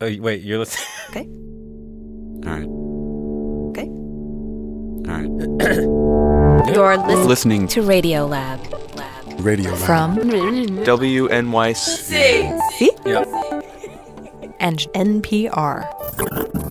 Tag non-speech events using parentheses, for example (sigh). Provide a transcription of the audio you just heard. Oh, y- wait, you're listening. (laughs) Okay. All right. Okay. All right. You're listening Listening to Radio Lab. Lab. Radio Lab. From WNYC. Yeah. and NPR.